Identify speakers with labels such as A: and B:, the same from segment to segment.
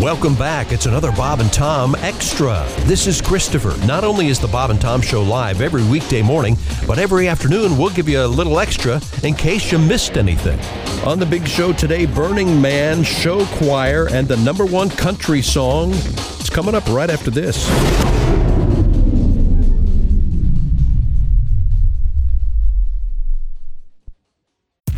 A: Welcome back. It's another Bob and Tom Extra. This is Christopher. Not only is the Bob and Tom Show live every weekday morning, but every afternoon we'll give you a little extra in case you missed anything. On the big show today, Burning Man, Show Choir, and the number one country song. It's coming up right after this.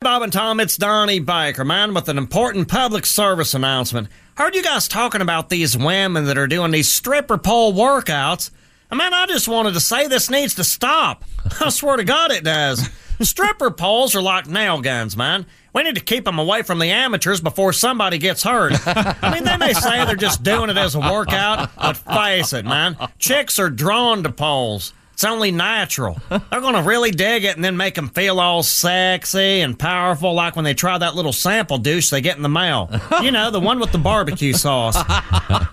B: Bob and Tom, it's Donnie Biker, man, with an important public service announcement. Heard you guys talking about these women that are doing these stripper pole workouts. And man, I just wanted to say this needs to stop. I swear to God it does. stripper poles are like nail guns, man. We need to keep them away from the amateurs before somebody gets hurt. I mean, they may say they're just doing it as a workout, but face it, man. Chicks are drawn to poles. It's only natural. They're going to really dig it and then make them feel all sexy and powerful, like when they try that little sample douche they get in the mail. You know, the one with the barbecue sauce.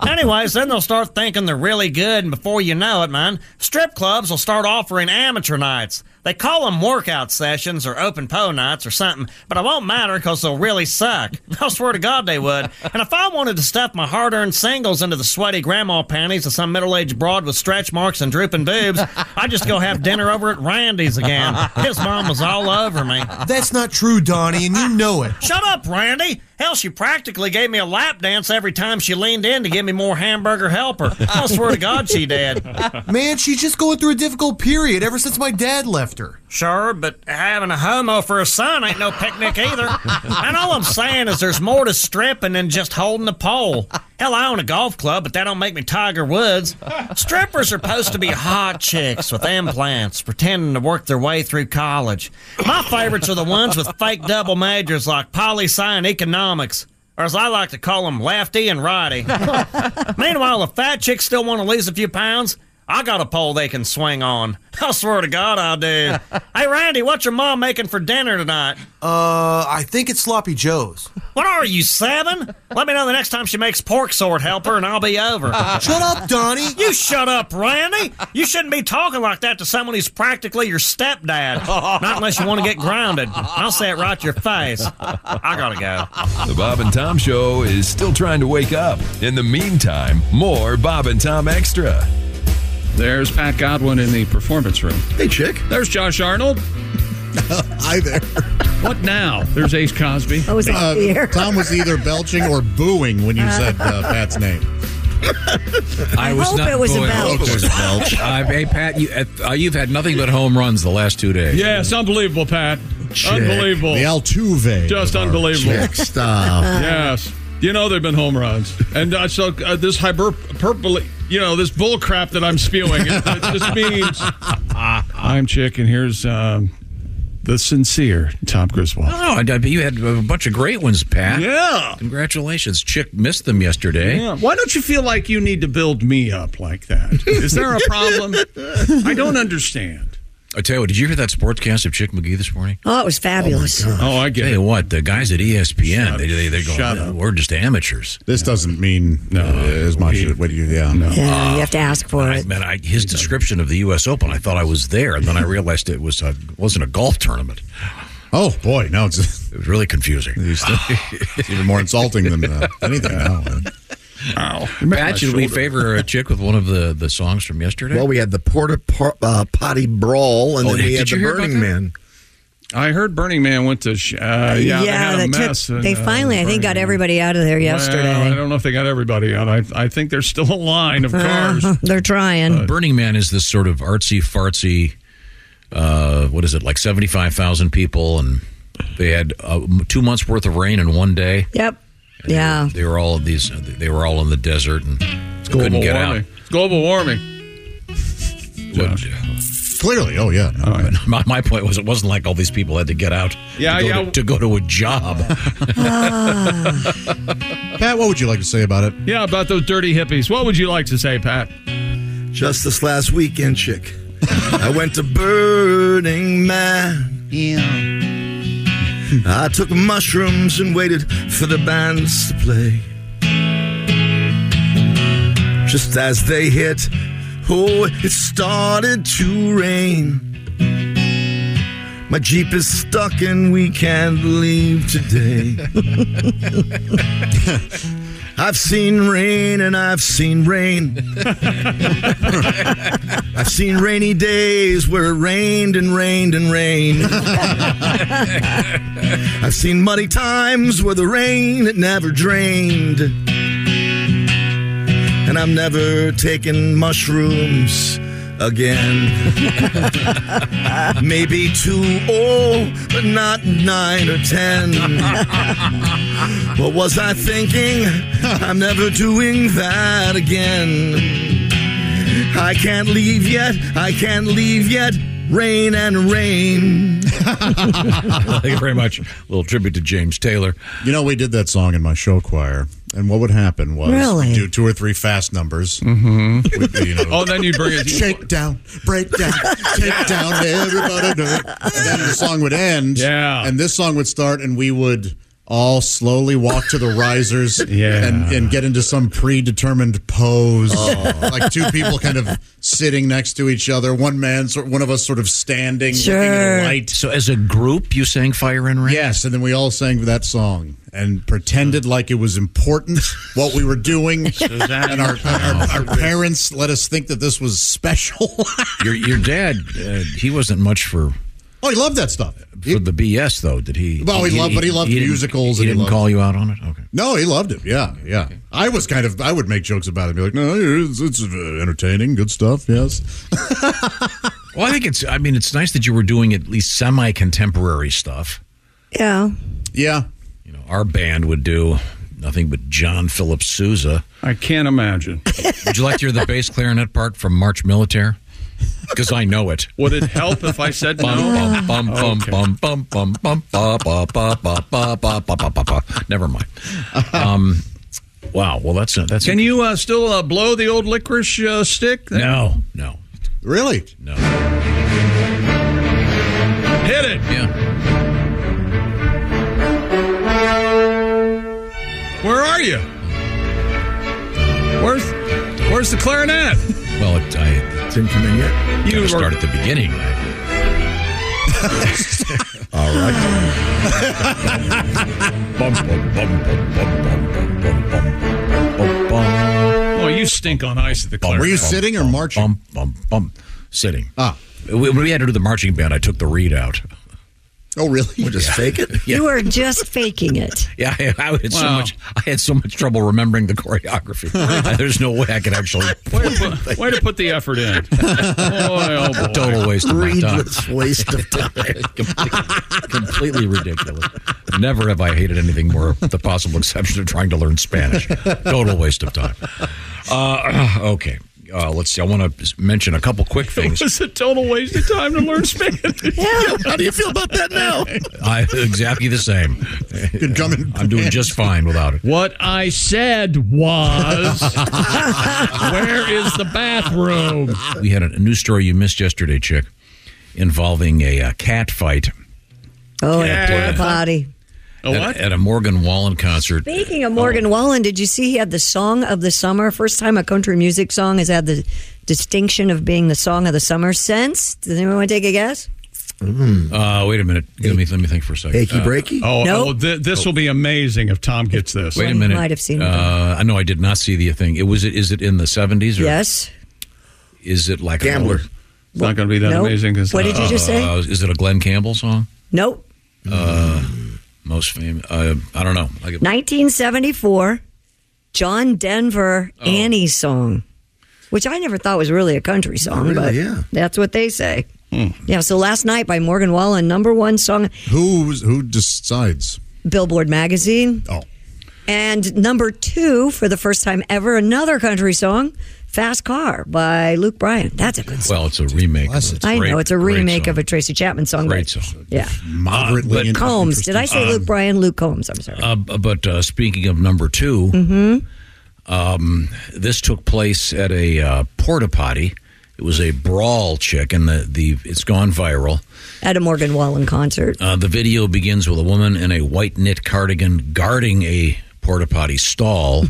B: Anyways, then they'll start thinking they're really good, and before you know it, man, strip clubs will start offering amateur nights. They call them workout sessions or open po nights or something, but it won't matter because they'll really suck. I swear to God they would. And if I wanted to stuff my hard earned singles into the sweaty grandma panties of some middle aged broad with stretch marks and drooping boobs, I'd just go have dinner over at Randy's again. His mom was all over me.
C: That's not true, Donnie, and you know it.
B: Shut up, Randy. Hell, she practically gave me a lap dance every time she leaned in to give me more hamburger helper. I swear to God she did.
C: Man, she's just going through a difficult period ever since my dad left her.
B: Sure, but having a homo for a son ain't no picnic either. and all I'm saying is there's more to stripping than just holding a pole. Hell, I own a golf club, but that don't make me Tiger Woods. Strippers are supposed to be hot chicks with implants, pretending to work their way through college. My favorites are the ones with fake double majors like poli sci and economics. Or as I like to call them, lefty and righty. Meanwhile, if fat chicks still want to lose a few pounds, I got a pole they can swing on. I swear to God, I do. hey, Randy, what's your mom making for dinner tonight?
C: Uh, I think it's Sloppy Joe's.
B: What are you, seven? Let me know the next time she makes pork sword helper, and I'll be over.
C: Shut up, Donnie.
B: you shut up, Randy. You shouldn't be talking like that to someone who's practically your stepdad. Not unless you want to get grounded. I'll say it right to your face. I gotta go.
D: The Bob and Tom Show is still trying to wake up. In the meantime, more Bob and Tom Extra.
E: There's Pat Godwin in the performance room.
F: Hey, chick.
E: There's Josh Arnold.
G: Hi there.
E: What now? There's Ace Cosby.
H: Oh, is
G: Uh,
H: that beer?
G: Tom was either belching or booing when you said uh, Pat's name.
H: I hope it was a belch.
I: belch. Uh, hey, Pat, you, uh, you've had nothing but home runs the last two days.
E: Yes, unbelievable, Pat. Unbelievable.
G: The Altuve.
E: Just
G: of our
E: unbelievable.
G: chick stuff.
E: Yes. You know they've been home runs, and uh, so uh, this hyperbole, you know, this bull crap that I'm spewing, it, it just means I'm chick, and here's um, the sincere Tom Griswold.
I: Oh, and, uh, you had a bunch of great ones, Pat.
E: Yeah.
I: Congratulations. Chick missed them yesterday.
E: Yeah. Why don't you feel like you need to build me up like that? Is there a problem? I don't understand.
I: I tell you what, did you hear that sportscast of Chick McGee this morning?
H: Oh, it was fabulous.
E: Oh, I get
I: tell you what, the guys at E ESPN, they, they, they're going,
G: Shut
I: "No, we're just amateurs.
G: This doesn't mean no, as much. What do you? Yeah, no.
H: Yeah, Uh, you have to ask for
I: I,
H: it.
I: man, I, his description of the U.S. Open, I thought I was there, and then I realized it was a, wasn't a golf tournament.
G: Oh boy, no, it's
I: it was really confusing.
G: it's even more insulting than uh, anything now.
E: Wow.
I: Pat, should we favor a chick with one of the, the songs from yesterday?
J: Well, we had the porta por- uh, potty brawl, and
I: Oh,
J: then we
I: did
J: had
I: you
J: the
I: hear about
J: Burning
I: that?
J: Man.
E: I heard Burning Man went to sh- uh, yeah, they had a
H: that
E: mess.
H: took.
E: and,
H: They
E: uh,
H: finally, I think, got everybody out of there
E: Well, I
H: yesterday.
E: don't know if they got everybody out. I, I think there's still a line of cars.
H: Uh, they're trying.
I: Burning Man is this sort of artsy fartsy. Uh, what is it like? Seventy five thousand people, and they had uh, two months worth of rain in one day.
H: Yep. Yeah.
I: They were all these. They were all in the desert and couldn't
E: global
I: get
E: warming.
I: out.
E: It's global warming.
I: Would-
G: Clearly, oh yeah.
I: All right. my, my point was, it wasn't like all these people had to get out.
E: Yeah,
I: to go
E: yeah.
I: To, to go to a job.
G: Pat, what would you like to say about it?
E: Yeah, about those dirty hippies. What would you like to say, Pat?
J: Just this last weekend, chick. I went to Burning Man. Yeah. I took mushrooms and waited for the bands to play. Just as they hit, oh, it started to rain. My Jeep is stuck and we can't leave today. I've seen rain and I've seen rain. I've seen rainy days where it rained and rained and rained. I've seen muddy times where the rain it never drained. And I'm never taking mushrooms again. Maybe two, oh, but not nine or ten. what was I thinking? I'm never doing that again. I can't leave yet. I can't leave yet. Rain and rain.
I: Thank you very much. little tribute to James Taylor.
G: You know, we did that song in my show choir, and what would happen was
H: Really?
G: we'd do two or three fast numbers. Mm-hmm. You know,
E: Oh, then you bring it.
G: Shake down, break down, take down everybody. do it. And then the song would end. Yeah. And this song would start, and we would all slowly walk to the risers
E: Yeah.
G: and, and get into some predetermined pose.
J: Oh.
G: Like two people kind of sitting next to each other. One man, sort one of us sort of standing, looking at a light.
I: So, as a group, you sang "Fire and Rain."
G: Yes, and then we all sang that song and pretended like it was important what we were doing. and our, our,
I: Oh.
G: our parents let us think that this was special.
I: Your your dad, uh, he wasn't much for
G: oh, he loved that stuff.
I: for the BS though. Did he?
G: Well, he loved- but he loved
I: didn't-
G: musicals
I: He
G: and he
I: didn't
G: loved-
I: call you out on it. Okay.
G: No, Oh, he loved it. Yeah, yeah. I was kind of I would make jokes about it. and Be like, no, it's, it's uh, entertaining, good stuff. Yes.
I: Well, I think it's. I mean, it's nice that you were doing at least semi-contemporary stuff.
H: Yeah.
G: Yeah.
I: You know, our band would do nothing but John Philip Sousa.
E: I can't imagine.
I: Would you like to hear the bass clarinet part from March Militaire? Because I know it.
E: Would it help if I said
I: Bum,
E: no?
I: bum, bum, bum,
E: Okay.
I: bum, bum, bum, bum, ba, ba, ba, ba, ba, ba, ba, ba, ba, ba. Never mind. Um, wow. Well, that's that's.
E: Can you uh, still uh, blow the old licorice uh, stick?
I: No, no,
G: Really?
I: no.
E: Hit it.
I: Yeah.
E: Where are you? Where's Where's the clarinet?
I: Well, it, I, it didn't come in yet.
E: You
I: You gotta start
E: were-
I: at the beginning. All right. Bum, bum, bum, bum, bum, bum, bum, bum, bum, bum, bum.
E: Oh, you stink on ice at the clarinet.
G: Were you sitting or marching?
I: Bum, bum, bum. Sitting.
G: Ah.
I: We, we had to do the marching band. I took the reed out.
G: Oh, really?
J: We'll just fake it.
H: You were just faking it.
I: Yeah, I, I had so
E: Wow.
I: much. I had so much trouble remembering the choreography. There's no way I could actually.
E: Way to, put, way to put the effort in. Boy, oh, boy.
I: Total waste of my time.
J: Reedless waste of time.
I: completely ridiculous. Never have I hated anything more, with the possible exception of trying to learn Spanish. Total waste of time. Uh, okay. Uh, let's see. I want to mention a couple quick things.
E: It's a total waste of time to learn Spanish.
J: How do you feel about that now?
I: I exactly the same.
G: Could come in.
I: I'm doing just fine without it.
E: What I said was, where is the bathroom?
I: We had a, a news story you missed yesterday, chick. involving a, uh cat fight.
H: Oh,
I: Yeah.
H: and a porta potty.
I: at, At a Morgan Wallen concert.
H: Speaking
E: Oh.
H: of Morgan Wallen, did you see he had the song of the summer? First time a country music song has had the distinction of being the song of the summer since. Does anyone want to take a guess?
I: Uh, wait a minute. Let me let me think for a second.
E: Achy
I: Uh,
E: breaky? Oh, oh, thi- this will be amazing if Tom gets this.
I: Wait a minute. Uh, I know I did not see the thing. It was. It is it in the seventies?
H: Yes.
I: Is it like
E: Gambler.
I: An old,
E: It's not going to be that
H: Nope.
E: amazing. 'cause-
H: What did you just say?
I: Uh, is it a Glenn Campbell song?
H: Nope.
I: Uh, most famous. Uh, I don't know. I get,
H: 1974, John Denver
G: Oh.
H: Annie song, which I never thought was really a country song,
I: really,
H: but
I: yeah.
H: that's what they say.
G: Hmm.
H: Yeah, so last night by Morgan Wallen, number one song,
G: Who's who decides?
H: Billboard magazine. Oh. And number two, for the first time ever, another country song, Fast Car by Luke Bryan. That's a good song.
I: well, it's a remake. of it.
H: I
I: Great-
H: know it's a
I: great
H: remake
I: song.
H: of a Tracy Chapman song.
I: Great
H: but-
I: song.
H: Yeah.
I: Moderately in-
H: Combs. Did I say
I: Um,
H: Luke Bryan? Luke Combs. I'm sorry.
I: Uh, b- but uh, speaking of number 2
H: hmm
I: um, this took place at a uh, porta potty. It was a brawl chick, and the, the it's gone viral.
H: At a Morgan Wallen concert.
I: Uh, the video begins with a woman in a white knit cardigan guarding a porta potty stall,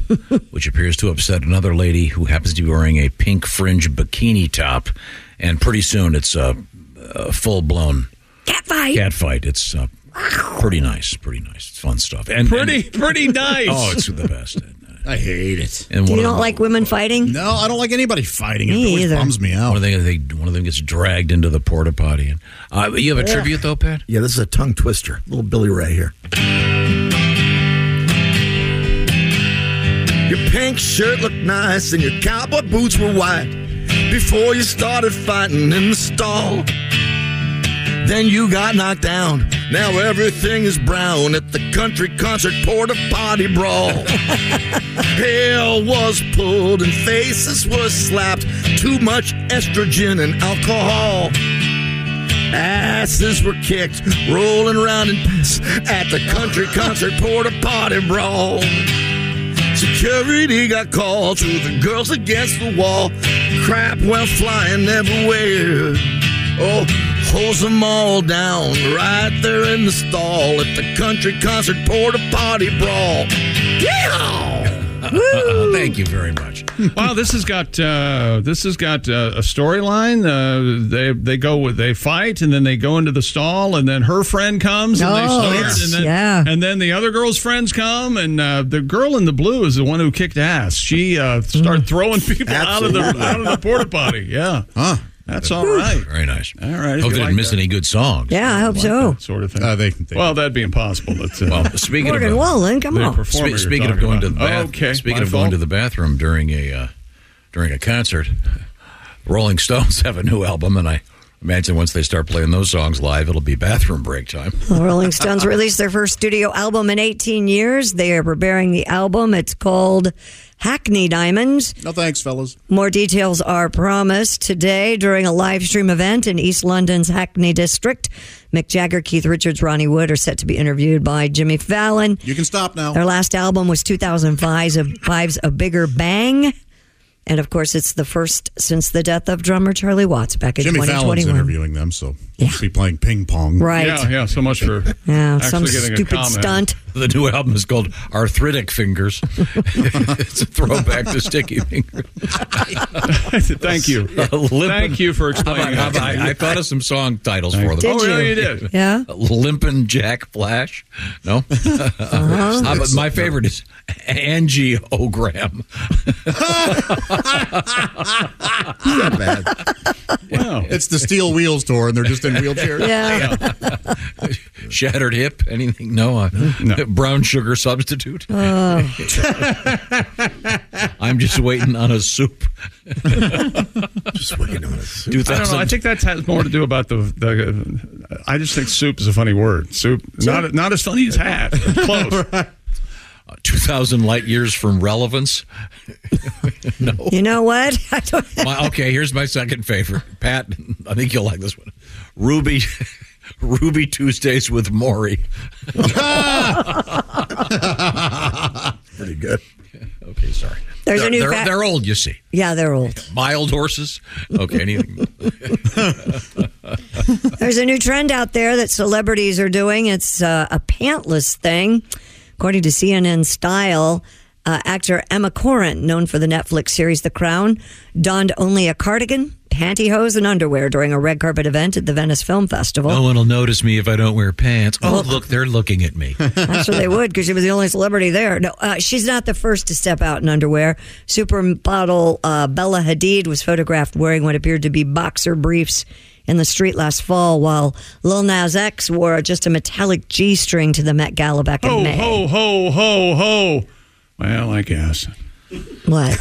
I: which appears to upset another lady who happens to be wearing a pink fringe bikini top. And pretty soon, it's a, a full blown
H: cat fight.
I: Cat fight. It's uh, pretty nice. Pretty nice. It's fun stuff. And
E: Pretty-
I: and-
E: pretty nice.
I: Oh, it's the best. I hate it. And
H: Do
I: one
H: you
I: of
H: don't
I: the-
H: like women fighting?
G: Oh. No, I don't like anybody fighting.
H: Me
G: it always
H: either.
G: bums me out.
I: One of them, they, one of them gets dragged into the porta potty. And uh, you have a
J: Yeah.
I: tribute though, Pat.
J: Yeah, this is a tongue twister. Little Billy Ray here. Your pink shirt looked nice and your cowboy boots were white before you started fighting in the stall. Then you got knocked down. Now everything is brown at the country concert porta potty brawl. Hair was pulled and faces were slapped. Too much estrogen and alcohol. Asses were kicked, rolling around in piss at the country concert porta potty brawl. Security got called to the girls against the wall. Crap went flying everywhere. Oh, hose them all down right there in the stall at the country concert porta potty brawl. Yeah!
I: Thank you very much.
E: wow, this has got uh, this has got uh, a storyline. Uh, they they go with they fight and then they go into the stall and then her friend comes and they
H: Oh,
E: start
H: it's-
E: and then
H: yeah.
E: and then the other girl's friends come and uh, the girl in the blue is the one who kicked ass. She uh,
H: Mm.
E: started throwing people out of the
I: Absolutely.
E: out of the porta potty. Yeah,
G: huh?
E: That's all right.
I: Very nice.
E: All right. if
I: Hope
E: you
I: they
E: like
I: didn't miss
E: that.
I: any good songs. Uh,
H: Yeah, I hope
E: Like
H: so.
E: that sort of thing. well, that'd be impossible. But, uh,
I: Well, speaking
H: Morgan
I: of uh,
H: Wallen, come
I: the
H: on.
I: performer
H: Spe-
I: you're
H: speaking
E: of
I: talking
E: going
I: about.
E: to the bath-
I: okay, speaking
E: my
I: of going
E: fault.
I: to the bathroom during a uh, during a concert, Rolling Stones have a new album, and I imagine once they start playing those songs live, it'll be bathroom break time.
H: The Rolling Stones released their first studio album in 18 years. They are preparing the album. It's called Hackney Diamonds.
G: No thanks, fellas.
H: More details are promised today during a live stream event in East London's Hackney district. Mick Jagger, Keith Richards, Ronnie Wood are set to be interviewed by Jimmy Fallon.
G: You can stop now.
H: Their last album was 2005's A, five's a Bigger Bang. And of course, it's the first since the death of drummer Charlie Watts back in
G: Jimmy Fallon's
H: 2021.
G: interviewing them, so we'll be playing ping pong.
H: Right.
E: Yeah, yeah. So much for
H: Yeah,
E: actually
H: some
E: getting a
H: stupid
E: comment.
H: stunt.
I: The new album is called Arthritic Fingers. it's a throwback to Sticky Fingers.
E: Thank you. Thank you for explaining
I: How about-
E: that.
I: how about- I thought of some song titles for them.
E: Did
I: oh, yeah,
E: you?
I: you did.
E: Yeah.
I: Limpin' Jack Flash. No.
E: Uh-huh.
I: How about- my favorite is Angiogram.
G: Not bad.
E: Wow.
G: It's the Steel Wheels tour, and they're just in wheelchairs.
H: Yeah.
I: Shattered hip. Anything? No. Uh, Brown sugar substitute.
E: Oh.
I: I'm just waiting on a soup.
J: just waiting on a soup.
E: I don't know. I think that has more to do about the. the I just think soup is a funny word. Soup, not not as funny as hat. Close.
I: 2,000 light years from relevance. no.
H: You know what? I don't
I: My- okay, here's my second favorite. Pat, I think you'll like this one. Ruby Ruby Tuesdays with Maury. pretty good. okay, sorry.
J: There's a
I: they're,
J: new
I: They're,
J: fa-
I: they're old, you see.
J: Yeah, they're old.
I: Mild horses. Okay, anything.
J: There's a new trend out there that celebrities are doing. It's uh, a pantless thing. According to CNN Style, uh, actor Emma Corrin, known for the Netflix series The Crown, donned only a cardigan, pantyhose, and underwear during a red carpet event at the Venice Film Festival.
I: no one will notice me if I don't wear pants. Oh, look, they're looking at me.
J: I'm sure they would because she was the only celebrity there. No, uh, she's not the first to step out in underwear. Supermodel uh, Bella Hadid was photographed wearing what appeared to be boxer briefs in the street last fall, while Lil Nas X wore just a metallic G string to the Met Gala back in
H: Ho,
J: May.
H: ho, ho, ho, ho. Well, I guess.
J: What?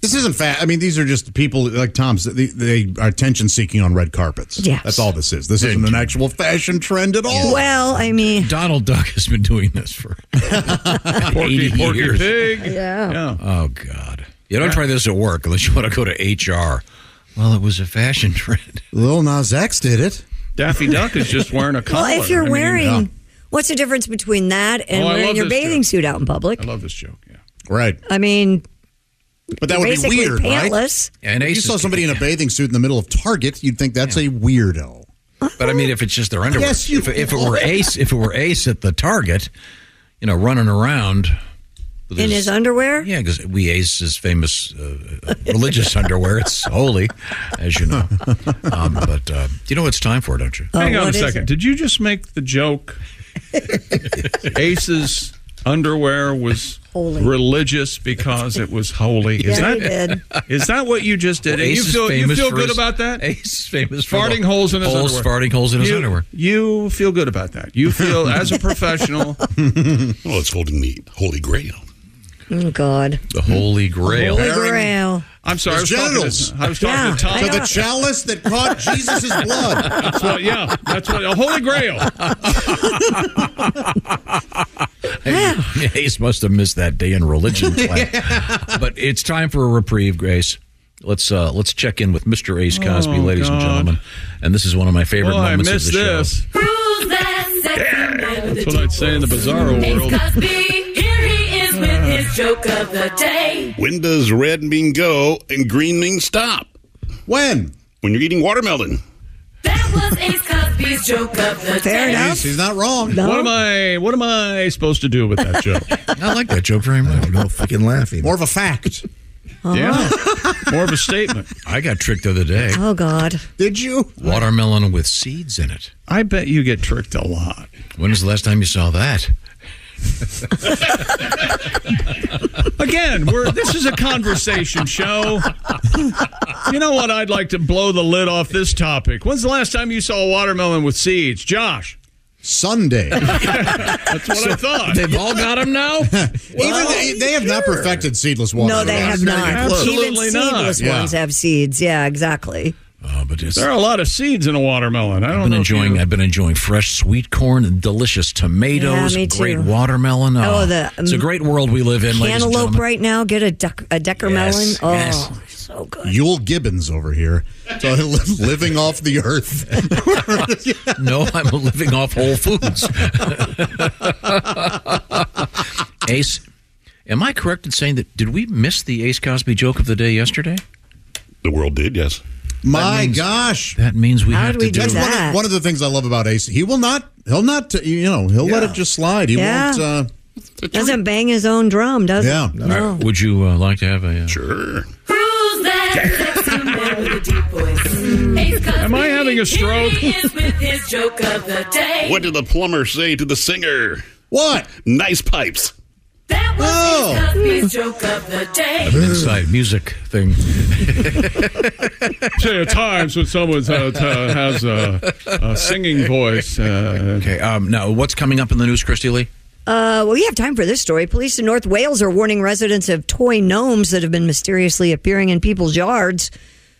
F: this isn't fat. I mean, these are just people like Tom's. They, they are attention seeking on red carpets.
J: Yes.
F: That's all this is. This isn't an actual fashion trend at all.
J: Well, I mean,
I: Donald Duck has been doing this for
H: Porky,
I: 80
H: porky
I: years.
H: pig.
J: Yeah.
I: Oh God! You don't try this at work unless you want to go to HR. Well, it was a fashion trend.
F: Lil Nas X did it.
H: Daffy Duck is just wearing a collar.
J: Well, if you're
H: I mean,
J: wearing,
H: yeah.
J: what's the difference between that and
H: Oh, I
J: wearing
H: love
J: your
H: this
J: bathing suit out in public?
H: I love this joke.
F: Right.
J: I mean,
F: But that would
J: you're
F: be
J: basically
F: weird,
J: pantless.
F: right? If you
I: Aces
F: saw somebody in a bathing suit in the middle of Target, you'd think that's a weirdo.
I: But I mean, if it's just their underwear.
F: Yes, you
I: if, if it were Ace, if it were Ace at the Target, you know, running around with
J: In his underwear?
I: Yeah, because we Ace is famous uh, religious underwear. It's holy, as you know. Um, but uh, you know, it's time for, don't
J: Uh,
I: you?
H: Hang on a second. Did you just make the joke? Ace's underwear was
J: Holy.
H: religious because it was holy. Is
J: Yeah,
H: that
J: he did.
H: is that what you just did?
I: Well,
H: And
I: Ace
H: you
I: is
H: feel you
I: famous
H: feel
I: for
H: good
I: his-
H: about that?
I: Ace is famous for
H: farting
I: the-
H: holes in his
I: holes,
H: underwear.
I: farting holes in his
H: You-
I: underwear.
H: You feel good about that. You feel as a professional.
B: Well, it's holding the Holy Grail.
J: Oh, God.
I: The Holy Grail.
J: Holy Grail.
H: I'm sorry. I was
F: His genitals.
H: talking to, I was talking
J: Yeah,
H: to Tom.
J: I know.
F: The chalice that caught Jesus' blood.
H: That's what, Uh, yeah, that's what. A holy grail.
I: Ace must have missed that day in religion class. But it's time for a reprieve, Grace. Let's uh, let's check in with Mr. Ace Cosby,
H: Oh,
I: ladies and
H: God.
I: gentlemen. And this is one of my favorite
H: Well, I
I: moments
H: missed
I: of the show.
H: this.
K: Who's that sexy man
H: That's what I'd say in the bizarro world.
K: Cosby, here he is with his joke of the day.
B: When does red mean go and green mean stop?
F: When?
B: When you're eating watermelon.
K: That was Ace Cosby's joke of the
J: Fair
K: day.
J: enough.
F: He's not wrong.
J: No.
H: What am I? What am I supposed to do with that joke?
I: I like that joke very much.
B: No fucking laughing.
F: More of a fact.
H: Yeah, more of a statement.
I: I got tricked the other day.
J: Oh, God.
F: Did you?
I: Watermelon with seeds in it.
H: I bet you get tricked a lot.
I: When was the last time you saw that?
H: Again, we're this is a conversation show. You know what? I'd like to blow the lid off this topic. When's the last time you saw a watermelon with seeds, Josh?
F: Sunday.
H: That's what I thought.
I: They've all got them now.
F: Even they, they have not perfected seedless water.
J: No, they have
H: Oh, not
J: not.
H: even close.
J: Even
H: Absolutely not.
J: seedless
F: Yeah.
J: ones have seeds. Yeah, exactly.
I: Oh, but it's,
H: There are a lot of seeds in a watermelon. I don't
I: I've been
H: know. if you-
I: enjoying. I've been enjoying fresh sweet corn and delicious tomatoes.
J: Yeah, me
I: Great
J: too.
I: watermelon.
J: Oh, the,
I: it's a great world we live in, ladies and
J: Cantaloupe
I: gentlemen.
J: right now. Get a, duck, a Decker
I: Yes,
J: melon.
I: yes.
J: Oh, so good.
F: Yule Gibbons over here, so li- living off the earth.
I: No, I'm living off Whole Foods. Ace, am I correct in saying that? Did we miss the Ace Cosby joke of the day yesterday?
B: The world did, yes.
F: My gosh,
I: That means we
J: How
I: have
J: did
I: to
J: we
I: do.
J: do
F: that's one
J: that.
F: of, one of the things I love about Ace. He will not. He'll not. You know, he'll let it just slide. He
J: Yeah.
F: won't. Uh,
J: Doesn't bang his own drum, does
F: Yeah.
J: it? No.
I: Would you uh, like to have a? Uh,
B: Sure.
K: Who's that sexy man with a deep voice? Ace Cosby,
H: Am I having a stroke?
K: Here he is with his joke of the day.
B: What did the plumber say to the singer?
F: what?
B: Nice pipes.
K: That was
F: Oh.
K: Ace Cosby's joke of the day.
I: an inside music thing.
H: Say at times when someone uh, t- uh, has a, a singing voice. Uh,
I: Okay. Um, now, what's coming up in the news, Christy Lee?
J: Uh, well, we have time for this story. Police in North Wales are warning residents of toy gnomes that have been mysteriously appearing in people's yards.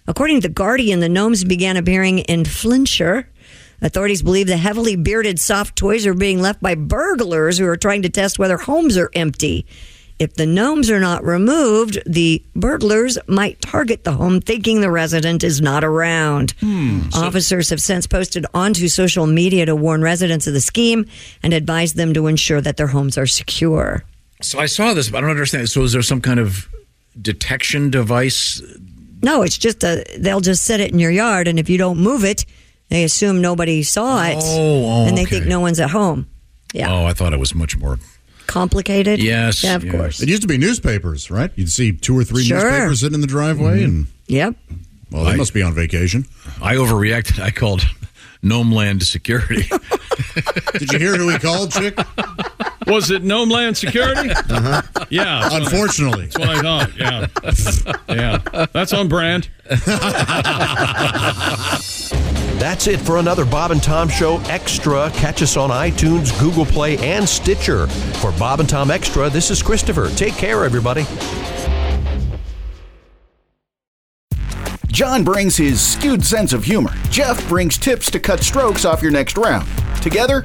J: According to The Guardian, the gnomes began appearing in Flintshire. Authorities believe the heavily bearded soft toys are being left by burglars who are trying to test whether homes are empty. If the gnomes are not removed, the burglars might target the home thinking the resident is not around. Officers have since posted onto social media to warn residents of the scheme and advise them to ensure that their homes are secure.
L: So I saw this, but I don't understand. So is there some kind of detection device?
J: No, it's just a. They'll just set it in your yard, and if you don't move it, they assume nobody saw it,
L: Oh, oh,
J: and they
L: okay.
J: think no one's at home. Yeah,
L: Oh, I thought it was much more.
J: complicated.
L: Yes.
J: yeah, of
L: yes.
J: course.
M: It used to be newspapers, right? You'd see two or three
J: Sure.
M: newspapers sitting in the driveway, and
J: yep.
M: well, they
L: Mm-hmm. I-
M: must be on vacation.
L: I overreacted. I called Gnome Land Security.
M: Did you hear who he called, Chick?
N: Was it Gnome Land Security?
M: Uh-huh.
N: Yeah. that's what I-
M: Unfortunately.
N: That's what I thought. Yeah. Yeah. That's on brand.
I: That's it for another Bob and Tom Show Extra. Catch us on iTunes, Google Play, and Stitcher. For Bob and Tom Extra, this is Christopher. Take care, everybody.
F: John brings his skewed sense of humor. Jeff brings tips to cut strokes off your next round. Together,